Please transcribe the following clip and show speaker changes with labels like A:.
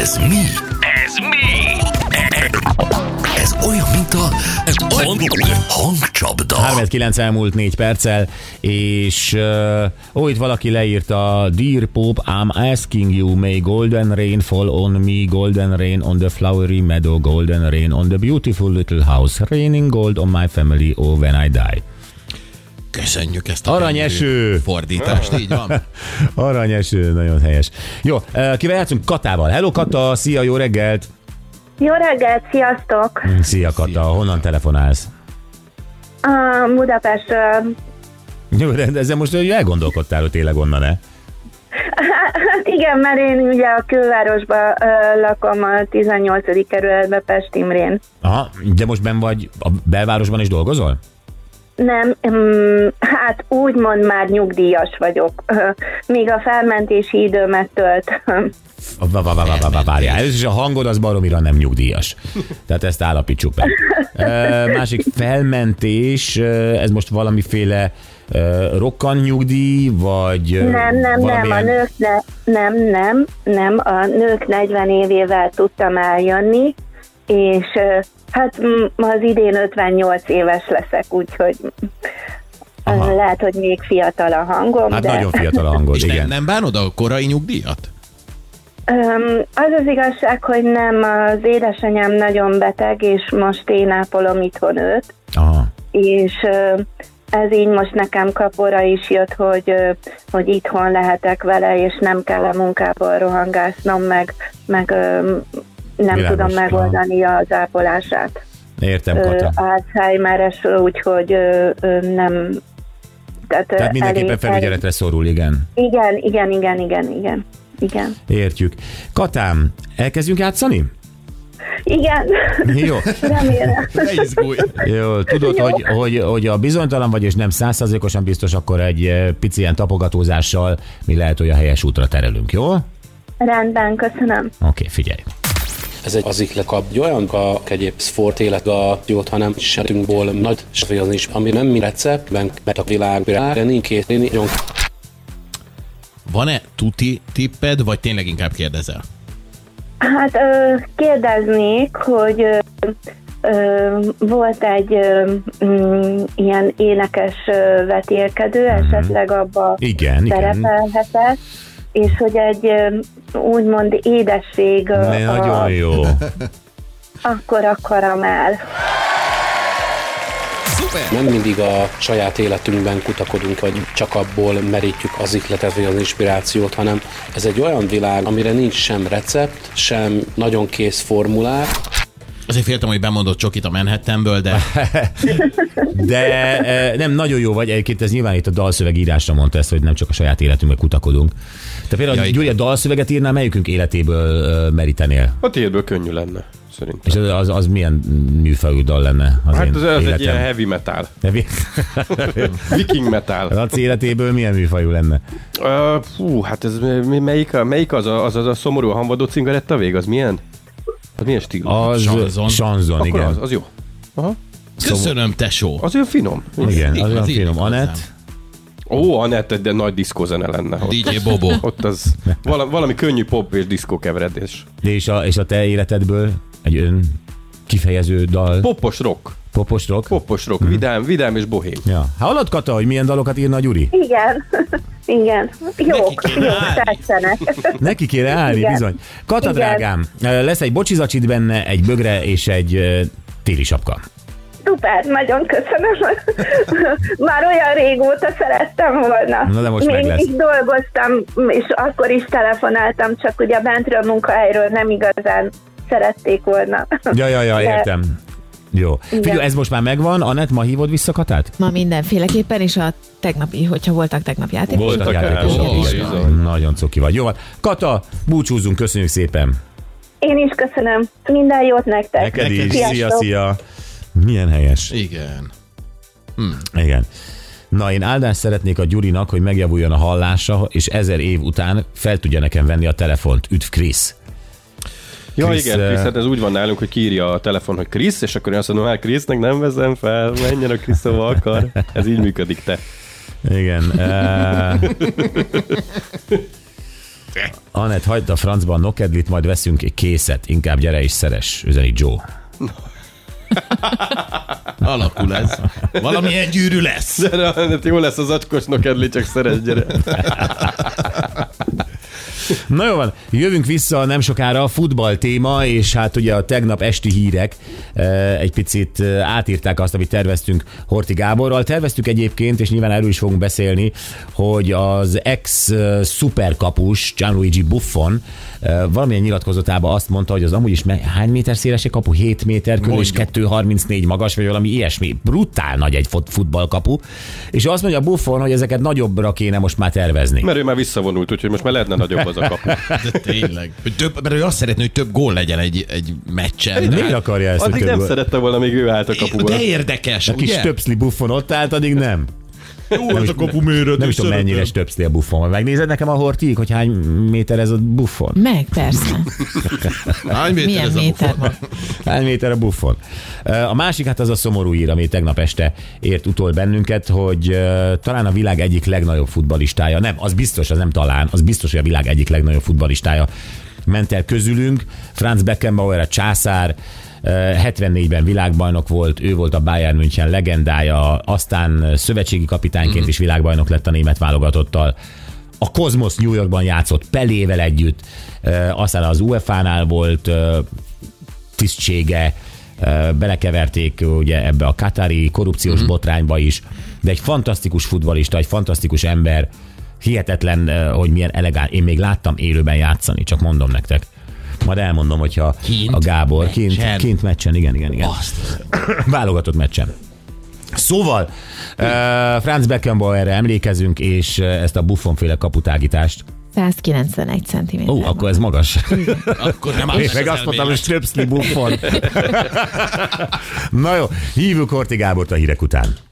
A: Ez mi? Ez mi? Ez olyan, mint a hangcsapda.
B: Hát
C: 39 elmúlt 4 perccel, és uh, ó, itt valaki leírta Dear Pope, I'm asking you, may golden rain fall on me, golden rain on the flowery meadow, golden rain on the beautiful little house, raining gold on my family, oh when I die.
B: Köszönjük ezt a
C: Aranyeső!
B: fordítást, így van.
C: Aranyeső, nagyon helyes. Jó, uh, kivel játszunk? Katával. Hello Kata, szia, jó reggelt!
D: Jó reggelt, sziasztok!
C: Szia Kata, honnan telefonálsz?
D: A Budapestről.
C: Jó, de ezzel most hogy elgondolkodtál, hogy tényleg onnan-e?
D: Hát igen, mert én ugye a külvárosban ö, lakom a 18. kerületben Pest Imrén.
C: Aha, de most ben vagy a belvárosban is dolgozol?
D: Nem, mm, hát úgymond már nyugdíjas vagyok, Ö, míg a felmentési időmet tölt.
C: Va- va- va- va- va- va- Várjál, először is a hangod az baromira nem nyugdíjas. Tehát ezt állapítsuk meg. E, másik felmentés, e, ez most valamiféle e, rokkan nyugdíj, vagy e,
D: Nem, nem, nem, a
C: valamilyen- Hát
D: nők ne, nem, nem, nem, a nők 40 évével tudtam eljönni, és ö, hát mm, az idén 58 éves leszek, úgyhogy
C: Aha.
D: Aha. lehet, hogy még fiatal a hangom,
C: Hát
D: de...
C: nagyon fiatal a hangod,
B: És nem,
C: igen.
B: nem bánod a korai nyugdíjat?
D: Öm, az az igazság, hogy nem, az édesanyám nagyon beteg, és most én ápolom itthon őt,
C: Aha.
D: és ö, ez így most nekem kapora is jött, hogy, ö, hogy itthon lehetek vele, és nem kell a munkából rohangásznom, meg, meg ö, nem
C: Világos,
D: tudom
C: aha.
D: megoldani az ápolását.
C: Értem,
D: Ö,
C: Kata.
D: Alzheimeres, úgyhogy ö, ö, nem... Tehát, ö,
C: Tehát mindenképpen
D: elég-
C: felügyeletre szorul, igen.
D: Igen, igen, igen, igen, igen. Igen.
C: Értjük. Katám, elkezdjünk játszani?
D: Igen.
C: Jó.
D: Remélem.
B: Ne izgulj!
C: Jó, tudod,
D: Jó.
C: hogy, hogy, hogy a bizonytalan vagy, és nem százszerzékosan biztos, akkor egy eh, pici ilyen tapogatózással mi lehet, hogy a helyes útra terelünk, jó? Oké,
D: Rendben, köszönöm.
C: figyelj.
E: Ez egy aziklek a olyan a kegyép szfort élet a jót, hanem setünkból nagy svézni is, ami nem mi receptben, mert a világ rá, nincs két nagyon
B: Van-e tuti tipped, vagy tényleg inkább kérdezel?
D: Hát ö, kérdeznék, hogy ö, ö, volt egy ö, mm, ilyen énekes ö, vetélkedő, esetleg abba
C: Mhm. Igen, igen.
D: szerepelhetett, és hogy egy ö, úgymond édesség ö,
C: Ne,
D: a,
C: nagyon jó.
D: akkor a karamell.
E: nem mindig a saját életünkben kutakodunk, vagy csak abból merítjük az ikletet, vagy az inspirációt, hanem ez egy olyan világ, amire nincs sem recept, sem nagyon kész formulák,
B: Azért féltem, hogy bemondott csokit a Manhattanből, de
C: De eh, nem, nagyon jó vagy. Egyébként ez nyilván itt a dalszöveg írásra mondta ezt, hogy nem csak a saját életünkbe kutakodunk. Te például,
B: Ja,
C: ja,
B: igen.
C: Gyuri, a dalszöveget írnál, melyikünk életéből eh, merítenél?
F: A tiédből könnyű lenne, szerintem.
C: És az, az, az milyen műfajú dal lenne az én
F: Hát az, az egy ilyen
C: életem?
F: heavy metal.
C: De mi-
F: Viking metal.
C: Laci életéből milyen műfajú lenne?
F: Ö, Fú, hát ez mi- mi- melyik, a- melyik az, a, az, az a szomorú hamvadó cingaretta vég? Az milyen? Az milyen stílus?
C: Az
B: Sanzon.
C: Sanzon,
F: Akkor
C: igen.
F: az, az jó. Aha.
B: köszönöm, tesó.
F: Az olyan finom.
C: Igen,
B: Így
C: az olyan
B: az
C: finom.
B: illik hozzám.
C: Anett?
F: Ó, Anett, egy de nagy diszkózene lenne. Ott,
B: DJ Bobo.
F: ott az valami, valami könnyű pop és diszkó keveredés.
C: És a, és a te életedből egy ön kifejező dal, Pop.
F: Popos rock.
C: popos rock? Pop.
F: Popos rock. Vidám, vidám és bohém.
C: Ja. Hallod, Kata, hogy milyen dalokat írna a Gyuri?
D: Igen, igen. Jók,
B: kéne
D: jók,
B: állni.
D: tetszenek.
C: Neki kéne állni,
D: Igen.
C: bizony. Kata,
D: Igen.
C: drágám, lesz egy bocsizacsit benne, egy bögre és egy ö, téli sapka.
D: Szuper, nagyon köszönöm. Már olyan régóta szerettem volna.
C: Na de most
D: Még
C: meg lesz.
D: így dolgoztam, és akkor is telefonáltam, csak ugye bentről munkahelyről nem igazán szerették volna.
C: Ja, ja, ja,
D: De-
C: értem. Jó.
D: Igen.
C: Figyelj, ez most már megvan. Anett, ma hívod vissza Katát?
G: Ma mindenféleképpen, és a tegnapi, hogyha voltak tegnap játékok.
C: Voltak
F: Voltak
C: játékosok
B: el.
C: is.
B: Ó,
F: bizony.
C: Nagyon cuki vagy. Jó van. Kata, búcsúzzunk, köszönjük szépen.
D: Én is köszönöm. Minden jót nektek.
C: Neked is.
D: Sziasztok.
C: Szia, szia. Milyen helyes.
B: Igen.
C: Igen. Na, én áldást szeretnék a Gyurinak, hogy megjavuljon a hallása, és ezer év után fel tudja nekem venni a telefont. Üdv, Krisz!
F: Ja,
C: Krisz,
F: igen,
C: eh,
F: Krisz, hát ez úgy van nálunk, hogy kiírja a telefon, hogy Krisz, és akkor én azt mondom, hát Krisznek nem vezem fel, menjen a Krisz, ahova akar. Ez így működik te.
C: Igen. Uh... Anett, hagyd a francba a nokedlit, majd veszünk egy készet. Inkább gyere és szeres, üzeni Joe.
B: Alakul ez. Valamilyen gyűrű lesz.
F: De rá- jó lesz az acskos nokedli, csak szeres gyere.
C: Na jó van, jövünk vissza nem sokára a futball téma, és hát ugye a tegnap esti hírek eh, egy picit eh, átírták azt, amit terveztünk Horti Gáborral. Terveztük egyébként, és nyilván erről is fogunk beszélni, hogy az ex eh, szuperkapus Gianluigi Buffon eh, valamilyen nyilatkozatába azt mondta, hogy az amúgy is me- hány méter széles egy kapu? 7 méter körül, és
B: Mondjuk.
C: 2,34 magas, vagy valami ilyesmi. Brutál nagy egy fut- futballkapu. És azt mondja Buffon, hogy ezeket nagyobbra kéne most már tervezni.
F: Mert ő már visszavonult, úgyhogy most már lehetne nagyobb az a kapu.
B: De tényleg. Hogy több, mert ő azt szeretné, hogy több gól legyen egy, egy meccsen. Hát,
C: Miért akarja ezt? hogy
F: Addig
C: több
F: nem
C: gól-
F: szerette volna, még ő állt a kapuban.
B: De érdekes,
C: A kis
B: ugye?
C: töpszli buffon ott állt, addig nem.
B: Jó, hát
C: nem
B: ez
C: is-
B: a kapu méret.
C: Nem is tudom,
B: szeretem.
C: mennyire töpszli a buffon. Majd Megnézed nekem a hortig, hogy hány méter ez a buffon?
G: Meg, persze.
B: Hány méter
G: Milyen
B: ez a
G: méter
B: buffon?
G: van?
C: Hány méter a buffon? Ö, A másik hát az a szomorú ír, ami tegnap este ért utol bennünket, hogy ö, talán a világ egyik legnagyobb futbalistája, nem, az biztos, az nem talán, az biztos, hogy a világ egyik legnagyobb futbalistája ment el közülünk. Franz Beckenbauer a császár, ö, 74-ben világbajnok volt, ő volt a Bayern München legendája, aztán szövetségi kapitányként is világbajnok lett a német válogatottal a Cosmos New Yorkban játszott Pelével együtt, ö, aztán az UEFA-nál volt ö, tisztsége, ö, belekeverték ugye ebbe a katári korrupciós
B: Mhm.
C: mm. botrányba is, de egy fantasztikus futbalista, egy fantasztikus ember, hihetetlen, ö, hogy milyen elegáns. Én még láttam élőben játszani, csak mondom nektek. Majd elmondom, hogyha
B: Kint?
C: a Gábor kint,
B: Meccsen?
C: kint meccsen, igen, igen, igen.
B: Azt.
C: Válogatott meccsen. Szóval, uh, Franz Beckenbauerre emlékezünk, és ö, ezt a buffonféle kaputágítást.
G: 191 cm.
C: Ó, akkor ez magas.
B: Akkor nem
C: Én
B: állás
C: meg
B: az
C: azt mondtam,
B: elmélet.
C: hogy ströpszli buffon. Na jó, hívjuk Horti Gábort a hírek után.